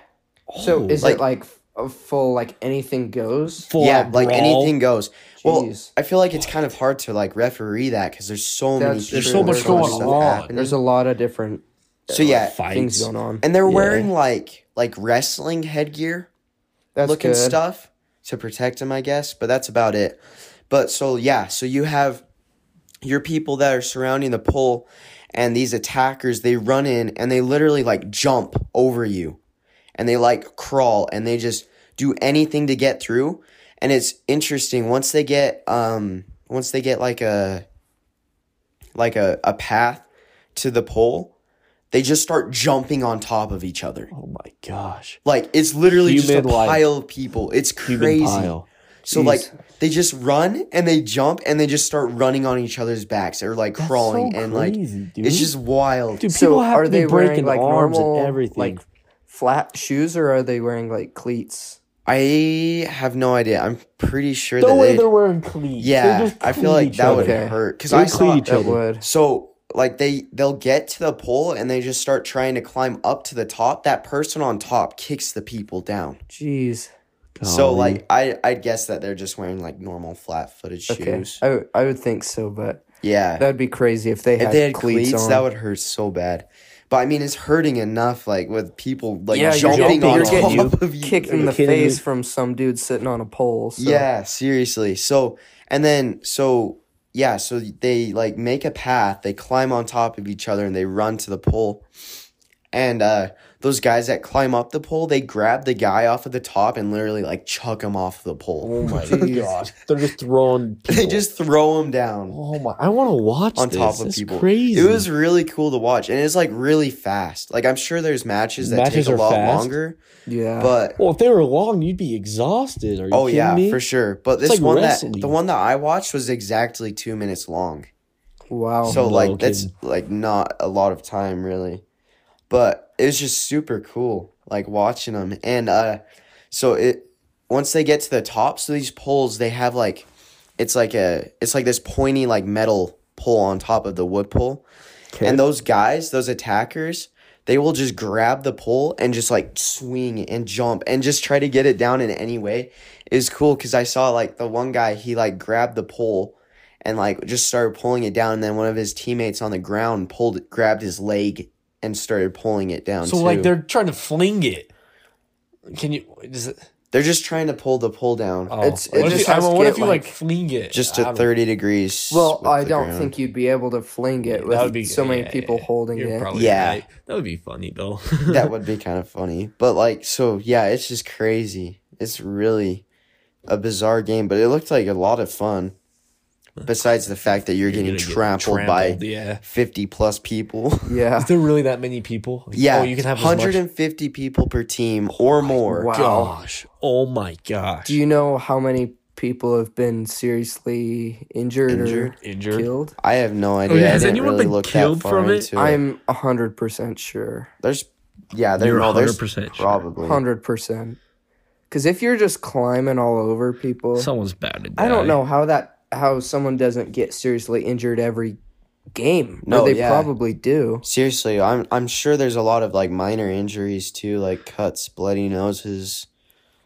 Speaker 3: So
Speaker 2: Oh,
Speaker 3: is
Speaker 1: Like-
Speaker 3: it like f- a full like anything goes?
Speaker 2: full
Speaker 1: yeah,
Speaker 2: out
Speaker 1: like
Speaker 2: brawl?
Speaker 1: anything goes. Well,
Speaker 3: Jeez.
Speaker 1: I feel like it's kind of hard to like referee that because there's so many.
Speaker 3: That's There's
Speaker 1: people,
Speaker 3: so much going
Speaker 1: stuff
Speaker 2: on.
Speaker 1: happening.
Speaker 3: There's a lot of different
Speaker 1: so yeah,
Speaker 2: fights.
Speaker 3: things going on.
Speaker 1: and they're
Speaker 2: Yeah.
Speaker 1: wearing like like wrestling headgear.
Speaker 3: That's
Speaker 1: looking
Speaker 3: good.
Speaker 1: stuff to protect him, I guess. But that's about it. But so yeah, so you have your people that are surrounding the pole, and these attackers they run in and they literally like jump over you, and they like crawl and they just do anything to get through. And it's interesting once they get um once they get like a like a, a path to the pole, they just start jumping on top of each other.
Speaker 2: Oh my gosh.
Speaker 1: Like it's literally just
Speaker 2: Human
Speaker 1: a
Speaker 2: life.
Speaker 1: pile of people. It's
Speaker 2: Human
Speaker 1: crazy.
Speaker 2: pile.
Speaker 1: So
Speaker 3: Jeez.
Speaker 1: like they just run and they jump and they just start running on each other's backs or like crawling
Speaker 2: so
Speaker 1: and
Speaker 2: crazy,
Speaker 1: like
Speaker 2: dude.
Speaker 1: it's just wild.
Speaker 2: Dude,
Speaker 3: So
Speaker 2: people have
Speaker 3: are
Speaker 2: to be
Speaker 3: they
Speaker 2: breaking
Speaker 3: wearing like
Speaker 2: arms
Speaker 3: normal
Speaker 2: and everything.
Speaker 3: like flat shoes or are they wearing like cleats?
Speaker 1: I have no idea. I'm pretty sure
Speaker 2: no
Speaker 1: that
Speaker 2: way
Speaker 1: they,
Speaker 2: they're wearing cleats. They
Speaker 1: yeah.
Speaker 2: just
Speaker 1: I
Speaker 2: cleat
Speaker 1: feel like
Speaker 2: each
Speaker 1: that would
Speaker 2: other.
Speaker 3: Okay.
Speaker 1: hurt because
Speaker 2: They
Speaker 1: I
Speaker 2: cleat
Speaker 1: saw
Speaker 2: each
Speaker 3: That
Speaker 2: other.
Speaker 3: would.
Speaker 1: so like they they'll get to the pole and they just start trying to climb up to the top. That person on top kicks the people down.
Speaker 3: Jeez.
Speaker 1: So
Speaker 2: Golly.
Speaker 1: like I I guess that they're just wearing like normal flat footed
Speaker 3: Okay.
Speaker 1: shoes.
Speaker 3: I, w- I would think so, but
Speaker 1: Yeah.
Speaker 3: that'd be crazy if they had,
Speaker 1: If they had
Speaker 3: cleats,
Speaker 1: cleats,
Speaker 3: on.
Speaker 1: that would hurt so bad. But I mean, it's hurting enough, like with people like
Speaker 3: yeah, you're
Speaker 1: jumping,
Speaker 2: jumping
Speaker 1: on
Speaker 2: on
Speaker 3: you're
Speaker 1: top
Speaker 3: getting you
Speaker 1: [LAUGHS] of you.
Speaker 3: [LAUGHS] kicked
Speaker 2: Are
Speaker 3: in
Speaker 2: you
Speaker 3: the
Speaker 2: kidding me?
Speaker 3: face from some dude sitting on a pole. So.
Speaker 1: Yeah, seriously. So and then so yeah, so they like make a path. They climb on top of each other and they run to the pole. And uh, those guys that climb up the pole, they grab the guy off of the top and literally like chuck him off the pole.
Speaker 2: Oh my gosh. They're just throwing
Speaker 1: [LAUGHS] They
Speaker 2: people.
Speaker 1: just throw him down.
Speaker 2: Oh my I want to watch
Speaker 1: on
Speaker 2: this.
Speaker 1: top of
Speaker 2: That's
Speaker 1: people.
Speaker 2: Crazy.
Speaker 1: It was really cool to watch, and it's like really fast. Like I'm sure there's matches that
Speaker 2: Matches
Speaker 1: take a
Speaker 2: are
Speaker 1: lot
Speaker 2: fast?
Speaker 1: longer,
Speaker 3: Yeah.
Speaker 1: but
Speaker 2: Well, if they were long, you'd be exhausted. Are you
Speaker 1: oh
Speaker 2: kidding
Speaker 1: yeah,
Speaker 2: me?
Speaker 1: for sure. But
Speaker 2: It's
Speaker 1: this
Speaker 2: like
Speaker 1: one that
Speaker 2: wrestling.
Speaker 1: the one that I watched was exactly two minutes long.
Speaker 3: Wow.
Speaker 1: so
Speaker 2: Oh, no
Speaker 1: like that's
Speaker 2: kidding.
Speaker 1: like not a lot of time really but it was just super cool like watching them and uh so it once they get to the tops of these poles they have like it's like a it's like this pointy like metal pole on top of the wood pole and those guys those attackers they will just grab the pole and just like swing and jump and just try to get it down in any way is cool because i saw like the one guy he like grabbed the pole and like just started pulling it down and then one of his teammates on the ground pulled grabbed his leg and started pulling it down
Speaker 2: so
Speaker 1: too.
Speaker 2: like they're trying to fling it. Can you? Does it,
Speaker 1: they're just trying to pull the pole down
Speaker 2: oh.
Speaker 1: it's,
Speaker 2: what
Speaker 1: it
Speaker 2: if
Speaker 1: just
Speaker 2: you, I
Speaker 1: has
Speaker 2: mean,
Speaker 1: to
Speaker 2: what
Speaker 1: get,
Speaker 2: if you like, fling it?
Speaker 1: just
Speaker 2: I
Speaker 1: to
Speaker 2: don't-
Speaker 1: 30 degrees
Speaker 3: Well,
Speaker 1: with
Speaker 3: I
Speaker 1: the
Speaker 3: don't
Speaker 1: ground.
Speaker 3: think you'd be able to fling it
Speaker 2: That
Speaker 3: with
Speaker 2: would be
Speaker 3: so many
Speaker 2: yeah,
Speaker 3: people holding
Speaker 2: you're
Speaker 3: it.
Speaker 2: probably
Speaker 1: Yeah.
Speaker 2: right. that would be funny though.
Speaker 1: [LAUGHS]
Speaker 2: [LAUGHS]
Speaker 1: that would be kind of funny. But like, so yeah, it's just crazy. It's really a bizarre game, but it looked like a lot of fun. Besides the fact that you're,
Speaker 2: You're
Speaker 1: getting
Speaker 2: gonna get
Speaker 1: trampled, by
Speaker 2: yeah.
Speaker 1: 50 plus people. [LAUGHS]
Speaker 2: [LAUGHS]
Speaker 3: yeah.
Speaker 2: Is there really that many people? Like,
Speaker 1: yeah,
Speaker 2: oh, you can have as much.
Speaker 1: 150 people per team or more.
Speaker 3: Wow.
Speaker 2: Gosh, oh my gosh,
Speaker 3: Do you know how many people have been seriously injured,
Speaker 1: Injured?
Speaker 3: or
Speaker 2: injured.
Speaker 3: killed?
Speaker 1: I have no idea.
Speaker 2: Oh, yeah,
Speaker 1: I
Speaker 2: has
Speaker 1: didn't
Speaker 2: anyone
Speaker 1: really
Speaker 2: been
Speaker 1: look
Speaker 2: killed
Speaker 1: that far
Speaker 2: from it?
Speaker 1: into
Speaker 3: I'm 100% sure.
Speaker 1: There's, yeah, there,
Speaker 2: You're
Speaker 1: no, there's
Speaker 2: 100% sure.
Speaker 1: probably.
Speaker 3: 100%. Because if you're just climbing all over people,
Speaker 2: Someone's bound to die.
Speaker 3: I don't know how that how someone doesn't get seriously injured every game. No,
Speaker 1: No,
Speaker 3: they
Speaker 1: yeah.
Speaker 3: probably do.
Speaker 1: Seriously, I'm I'm sure there's a lot of like minor injuries too, like cuts, bloody noses,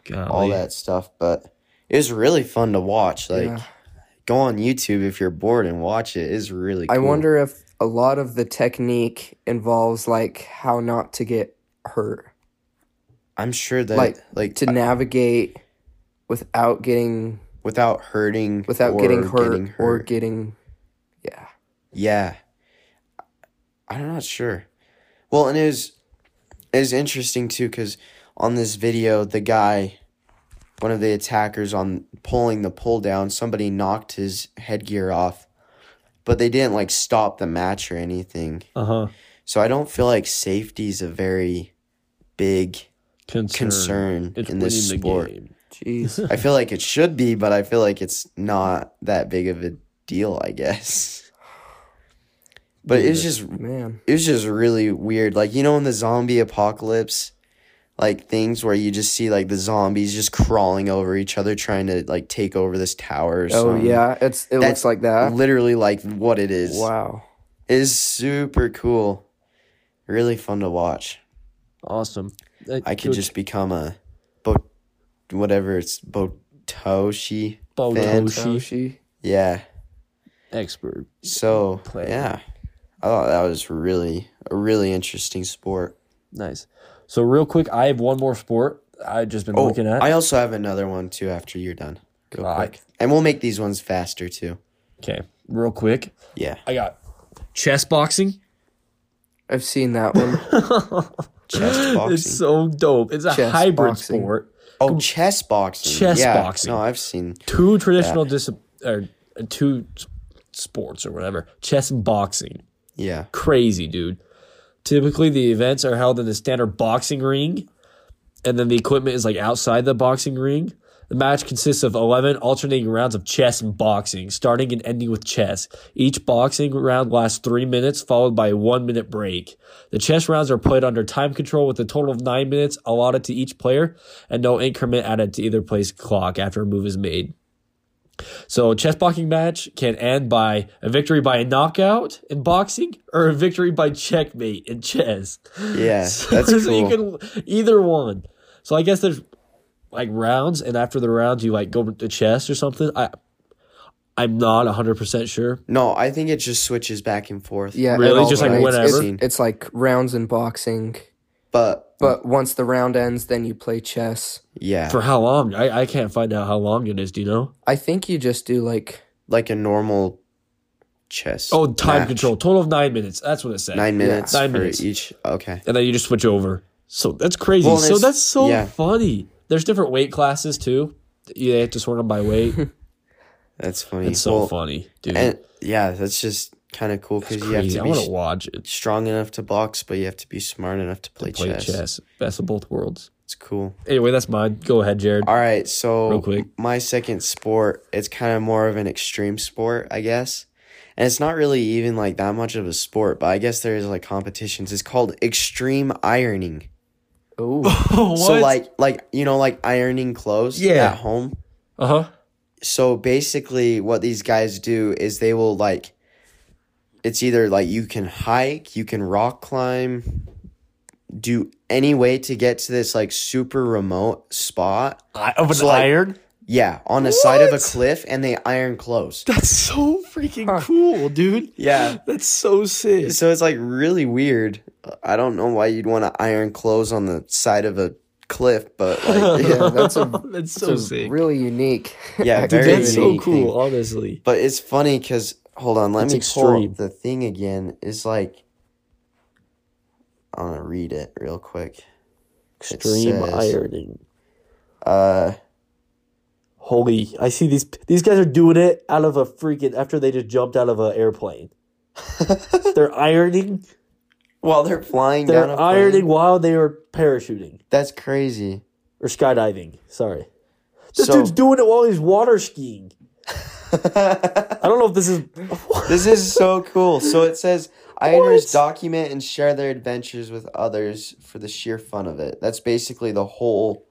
Speaker 2: Golly.
Speaker 1: all that stuff. But it was really fun to watch. Like,
Speaker 3: Yeah.
Speaker 1: go on YouTube if you're bored and watch it. It's really. Cool.
Speaker 3: I wonder if a lot of the technique involves like how not to get hurt,
Speaker 1: I'm sure that like,
Speaker 3: like,
Speaker 1: like
Speaker 3: to navigate without getting
Speaker 1: without hurting,
Speaker 3: without
Speaker 1: or
Speaker 3: getting, hurt or getting yeah.
Speaker 1: yeah, I'm not sure. Well, and it was it was interesting too because on this video, the guy, one of the attackers on pulling the pull down, somebody knocked his headgear off, but they didn't like stop the match or anything.
Speaker 2: Uh huh.
Speaker 1: So I don't feel like safety's a very big
Speaker 2: Concern.
Speaker 1: concern
Speaker 2: It's
Speaker 1: in this
Speaker 2: winning
Speaker 1: sport.
Speaker 2: The game.
Speaker 1: [LAUGHS]
Speaker 3: Jeez.
Speaker 1: I feel like it should be, but I feel like it's not that big of a deal, I guess. But it was just
Speaker 3: Man.
Speaker 1: it was just really weird. Like you know in the zombie apocalypse like things where you just see like the zombies just crawling over each other trying to like take over this tower or
Speaker 3: Oh
Speaker 1: something.
Speaker 3: yeah, it's it
Speaker 1: That's
Speaker 3: looks like that.
Speaker 1: Literally like what it is.
Speaker 3: Wow.
Speaker 1: It is super cool. Really fun to watch.
Speaker 2: Awesome.
Speaker 1: I could just become a bo- whatever it's botoshi. fan.
Speaker 2: Botoshi
Speaker 3: Toshi.
Speaker 1: Yeah.
Speaker 2: expert.
Speaker 1: So
Speaker 2: play.
Speaker 1: yeah, I thought that was really a really interesting sport.
Speaker 2: Nice. So real quick, I have one more sport I've just been
Speaker 1: Oh,
Speaker 2: looking at.
Speaker 1: I also have another one too. After you're done, go
Speaker 2: Uh, I-
Speaker 1: quick, and we'll make these ones faster too.
Speaker 2: okay, real quick,
Speaker 1: Yeah,
Speaker 2: I got chess boxing.
Speaker 3: I've seen that one.
Speaker 1: chess boxing.
Speaker 2: [GASPS] It's so dope. It's a
Speaker 3: Chess
Speaker 2: hybrid
Speaker 3: boxing.
Speaker 2: sport.
Speaker 1: oh, chess boxing.
Speaker 2: Chess
Speaker 1: yeah.
Speaker 2: boxing.
Speaker 1: No, I've seen.
Speaker 2: Two traditional dis- or uh, two s- sports or whatever. Chess boxing.
Speaker 1: Yeah,
Speaker 2: [GASPS] crazy, dude. Typically, the events are held in the standard boxing ring, and then the equipment is like outside the boxing ring. The match consists of 11 alternating rounds of chess and boxing, starting and ending with chess. Each boxing round lasts three minutes, followed by a one minute break. The chess rounds are played under time control with a total of nine minutes allotted to each player and no increment added to either player's clock after a move is made. So a chess boxing match can end by a victory by a knockout in boxing or a victory by checkmate in chess. [LAUGHS]
Speaker 1: yeah. That's
Speaker 2: so
Speaker 1: cool.
Speaker 2: you can either one. So I guess there's like rounds and after the rounds you like go to chess or something. I I'm not 100% sure.
Speaker 1: no, I think it just switches back and forth.
Speaker 3: Yeah.
Speaker 2: Really?
Speaker 3: and all
Speaker 2: Just,
Speaker 1: like,
Speaker 3: that. It's-
Speaker 2: whenever?
Speaker 3: It's, it's like rounds in boxing,
Speaker 1: but
Speaker 3: but once the round ends, then you play chess.
Speaker 1: yeah,
Speaker 2: For how long? I, I can't find out how long it is, do you know?
Speaker 3: I think you just do like
Speaker 1: like a normal chess.
Speaker 2: Oh, time
Speaker 1: match.
Speaker 2: control. Total of 9 minutes. That's what it said.
Speaker 1: Nine minutes
Speaker 2: Nine
Speaker 1: for
Speaker 2: minutes.
Speaker 1: each. Okay.
Speaker 2: and then you just switch over. So that's crazy.
Speaker 1: Well, and
Speaker 2: so
Speaker 1: it's-
Speaker 2: that's so
Speaker 1: yeah.
Speaker 2: funny. There's different weight classes too. You they have to sort them by weight.
Speaker 1: That's funny.
Speaker 2: It's so
Speaker 1: Well,
Speaker 2: funny, dude.
Speaker 1: And yeah, that's just kind of cool because you have
Speaker 2: crazy.
Speaker 1: to
Speaker 2: I
Speaker 1: be
Speaker 2: want
Speaker 1: s-
Speaker 2: to watch it.
Speaker 1: strong enough to box, but you have to be smart enough to play,
Speaker 2: Play
Speaker 1: chess.
Speaker 2: chess. Best of both worlds.
Speaker 1: It's cool.
Speaker 2: Anyway, that's mine. Go
Speaker 1: [LAUGHS]
Speaker 2: ahead, Jared.
Speaker 1: All right, so
Speaker 2: Real quick.
Speaker 1: my second sport, it's kind of more of an extreme sport, I guess, And it's not really even like that much of a sport, but I guess there is like competitions. It's called extreme ironing.
Speaker 3: Oh,
Speaker 1: So like like you know like ironing clothes
Speaker 2: Yeah.
Speaker 1: at home.
Speaker 2: uh huh.
Speaker 1: So basically what these guys do is they will like it's either like you can hike, you can rock climb, do any way to get to this like super remote spot.
Speaker 2: I, of an
Speaker 1: So, like-
Speaker 2: iron.
Speaker 1: Yeah, on the side of a
Speaker 2: What?
Speaker 1: cliff and they iron clothes.
Speaker 2: That's so freaking cool, dude.
Speaker 1: [LAUGHS] Yeah.
Speaker 2: That's so
Speaker 1: [LAUGHS]
Speaker 2: sick.
Speaker 1: So it's like really weird. I don't know why you'd want to iron clothes on the side of a cliff, but like [LAUGHS]
Speaker 3: yeah, that's a-
Speaker 2: that's
Speaker 3: so
Speaker 2: so sick.
Speaker 3: really unique.
Speaker 1: Yeah,
Speaker 3: [LAUGHS] activity.
Speaker 1: very
Speaker 2: that's so
Speaker 1: unique
Speaker 2: cool,
Speaker 1: thing.
Speaker 2: honestly.
Speaker 1: But it's funny because hold on, let
Speaker 2: It's
Speaker 1: me pull
Speaker 2: extreme.
Speaker 1: up the thing again. Is like I'm gonna read it real quick.
Speaker 2: Extreme
Speaker 1: says-
Speaker 2: ironing.
Speaker 1: Uh,
Speaker 2: Holy! I see these these guys are doing it out of a freaking after they just jumped out of
Speaker 1: [LAUGHS]
Speaker 2: an airplane. they're ironing.
Speaker 1: while they're flying down a
Speaker 2: They're
Speaker 1: plane.
Speaker 2: ironing while they are parachuting
Speaker 1: That's crazy.
Speaker 2: or skydiving. Sorry, this
Speaker 1: so
Speaker 2: dude's doing it while he's water skiing. I don't know if this is.
Speaker 1: [LAUGHS]
Speaker 2: [LAUGHS]
Speaker 1: this is so cool. So it says ironers document and share their adventures with others for the sheer fun of it. That's basically the whole.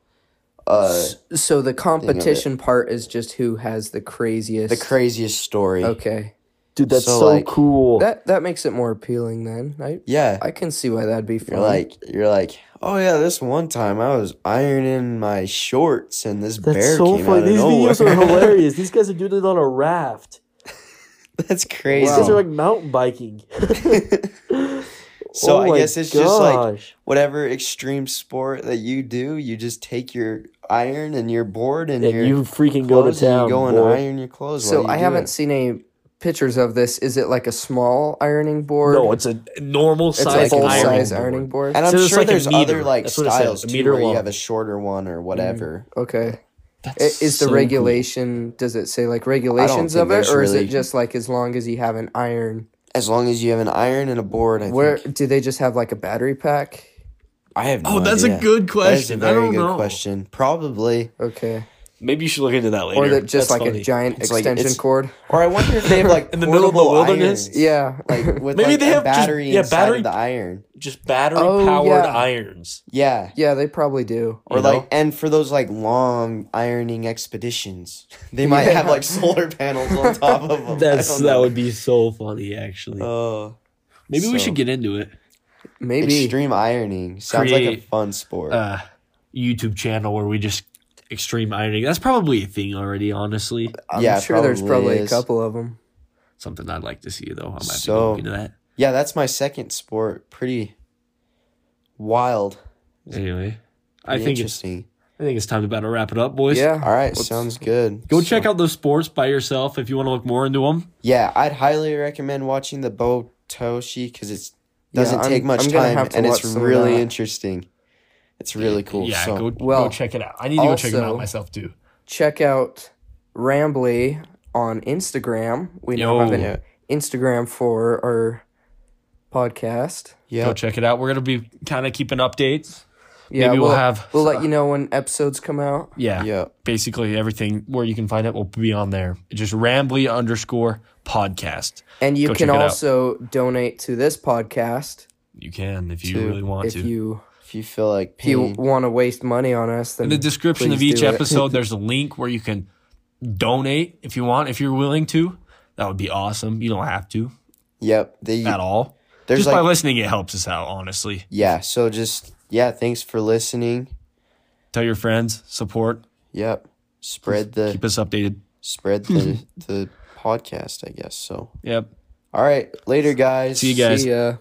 Speaker 1: Uh,
Speaker 3: So the competition part is just who has the craziest.
Speaker 1: the craziest story.
Speaker 3: Okay,
Speaker 2: Dude, that's
Speaker 1: So,
Speaker 2: so,
Speaker 1: like,
Speaker 2: cool.
Speaker 3: that that makes it more appealing. Then I
Speaker 1: Yeah.
Speaker 3: I can see why that'd be
Speaker 1: You're
Speaker 3: fun.
Speaker 1: like you're like, oh yeah, this one time I was ironing my shorts and this bear
Speaker 2: that's so
Speaker 1: came out
Speaker 2: funny.
Speaker 1: of
Speaker 2: These
Speaker 1: nowhere. [LAUGHS]
Speaker 2: videos are hilarious. These guys are doing it on a raft.
Speaker 1: That's crazy.
Speaker 2: These guys
Speaker 3: Wow.
Speaker 2: are like mountain biking.
Speaker 1: [LAUGHS] so
Speaker 2: Oh
Speaker 1: I
Speaker 2: my
Speaker 1: guess it's just like
Speaker 2: gosh.
Speaker 1: whatever extreme sport that you do, you just take your iron and your board and, your
Speaker 2: and you freaking go to
Speaker 1: clothes
Speaker 2: town.
Speaker 1: and you go and
Speaker 2: boy.
Speaker 1: iron your clothes. while
Speaker 3: so
Speaker 1: you
Speaker 3: I
Speaker 1: do
Speaker 3: haven't
Speaker 1: it.
Speaker 3: seen any pictures of this. Is it like a small ironing board?
Speaker 2: No, it's a normal
Speaker 3: it's
Speaker 2: size
Speaker 3: a full
Speaker 2: ironing
Speaker 3: size
Speaker 2: board.
Speaker 3: ironing board.
Speaker 1: And I'm
Speaker 2: So it's
Speaker 1: sure
Speaker 2: like a
Speaker 1: there's
Speaker 2: meter.
Speaker 1: other like
Speaker 2: That's what it says,
Speaker 1: styles
Speaker 2: a
Speaker 1: too,
Speaker 2: meter Mm-hmm.
Speaker 1: where
Speaker 2: long.
Speaker 1: you have a shorter one or whatever.
Speaker 3: Okay. I-
Speaker 2: That's
Speaker 3: Is the
Speaker 2: so
Speaker 3: regulation? Does it say like regulations
Speaker 1: think
Speaker 3: of it,
Speaker 1: there's
Speaker 3: or is
Speaker 1: really-
Speaker 3: it just like as long as you have an iron?
Speaker 1: As long as you have an iron and a board, I
Speaker 3: Where
Speaker 1: think.
Speaker 3: do they just have like a battery pack?
Speaker 1: I have. no
Speaker 2: cool.
Speaker 1: idea.
Speaker 2: Oh, good
Speaker 1: That is a very good question. Probably.
Speaker 3: Okay,
Speaker 2: Maybe you should look into that later.
Speaker 3: or that just
Speaker 2: That's
Speaker 3: like
Speaker 2: funny.
Speaker 3: a giant
Speaker 1: It's like-
Speaker 3: extension
Speaker 1: it's-
Speaker 3: cord?
Speaker 1: Or I wonder if they have like
Speaker 2: [LAUGHS] In the middle of the
Speaker 1: portable
Speaker 2: wilderness?
Speaker 1: irons.
Speaker 3: Yeah,
Speaker 1: like [LAUGHS] with
Speaker 2: Maybe
Speaker 1: like,
Speaker 2: they
Speaker 1: a
Speaker 2: have just-
Speaker 1: battery
Speaker 2: yeah,
Speaker 1: inside
Speaker 2: battery-
Speaker 1: of the iron.
Speaker 2: just battery
Speaker 3: Oh,
Speaker 2: powered
Speaker 3: yeah.
Speaker 2: irons.
Speaker 1: Yeah,
Speaker 3: yeah, they probably do.
Speaker 1: or
Speaker 2: You
Speaker 1: like
Speaker 2: know?
Speaker 1: and for those like long ironing expeditions, [LAUGHS] they might have
Speaker 2: [LAUGHS]
Speaker 1: like solar panels on top of them. I
Speaker 2: That's
Speaker 1: don't
Speaker 2: that
Speaker 1: know.
Speaker 2: would be so funny actually.
Speaker 1: [LAUGHS] Oh,
Speaker 2: Maybe we
Speaker 1: so-
Speaker 2: should get into it.
Speaker 3: Maybe
Speaker 1: extreme ironing sounds like a
Speaker 2: Create,
Speaker 1: fun sport.
Speaker 2: Uh YouTube channel where we just extreme ironing. That's probably a thing already, honestly.
Speaker 3: I'm
Speaker 1: yeah,
Speaker 3: sure there's probably a
Speaker 1: is.
Speaker 3: couple of them.
Speaker 2: Something I'd like to see though. I might have to
Speaker 1: So-
Speaker 2: go look into that.
Speaker 1: yeah, that's my second sport. Pretty wild.
Speaker 2: Anyway. I
Speaker 1: Pretty
Speaker 2: think it's
Speaker 1: interesting.
Speaker 2: I think it's time to better wrap it up, boys.
Speaker 3: Yeah.
Speaker 1: All right,
Speaker 3: Let's-
Speaker 1: sounds good.
Speaker 2: Go
Speaker 1: So-
Speaker 2: check out those sports by yourself if you want to look more into them.
Speaker 1: Yeah, I'd highly recommend watching the Botoshi because it
Speaker 3: Yeah,
Speaker 1: doesn't
Speaker 3: I'm-
Speaker 1: take much
Speaker 3: I'm gonna
Speaker 1: time
Speaker 3: have to
Speaker 1: and it's
Speaker 3: watch some of
Speaker 1: really
Speaker 3: that.
Speaker 1: interesting. It's really cool.
Speaker 2: Yeah,
Speaker 1: so
Speaker 2: go,
Speaker 3: Well,
Speaker 2: go check it out. I need to go check them out
Speaker 3: also-
Speaker 2: myself too.
Speaker 3: Check out Rambly on Instagram. We
Speaker 2: Yo.
Speaker 3: now have an
Speaker 1: Yeah.
Speaker 3: Instagram for our podcast.
Speaker 1: yeah,
Speaker 2: Go check it out. We're gonna be kind of keeping updates.
Speaker 3: Yeah,
Speaker 2: Maybe we'll have-
Speaker 3: We'll let you know when episodes come out.
Speaker 2: Yeah,
Speaker 1: yeah.
Speaker 2: basically everything where you can find it will be on there. Just rambly underscore podcast.
Speaker 3: And you
Speaker 2: Go
Speaker 3: can
Speaker 2: check it out.
Speaker 3: also donate to this podcast
Speaker 2: You can if you
Speaker 1: Two.
Speaker 2: really want
Speaker 3: if
Speaker 2: to.
Speaker 3: you
Speaker 1: If you feel like
Speaker 3: if you
Speaker 1: pain,
Speaker 3: want to waste money on us. Then
Speaker 2: In the description of
Speaker 3: please
Speaker 2: each
Speaker 3: do it.
Speaker 2: episode, there's a link where you can donate if you want, if you're willing to. That would be awesome. You don't have to
Speaker 1: yep. The,
Speaker 2: at all.
Speaker 1: there's
Speaker 2: Just
Speaker 1: like
Speaker 2: by listening, it helps us out. Honestly,
Speaker 1: yeah. So just yeah. Thanks for listening.
Speaker 2: tell your friends, support,
Speaker 1: Yep. Spread the
Speaker 2: keep us updated.
Speaker 1: spread
Speaker 2: [LAUGHS]
Speaker 1: the the podcast. I guess so.
Speaker 2: Yep.
Speaker 1: All right, later, guys.
Speaker 2: See you guys.
Speaker 3: See ya.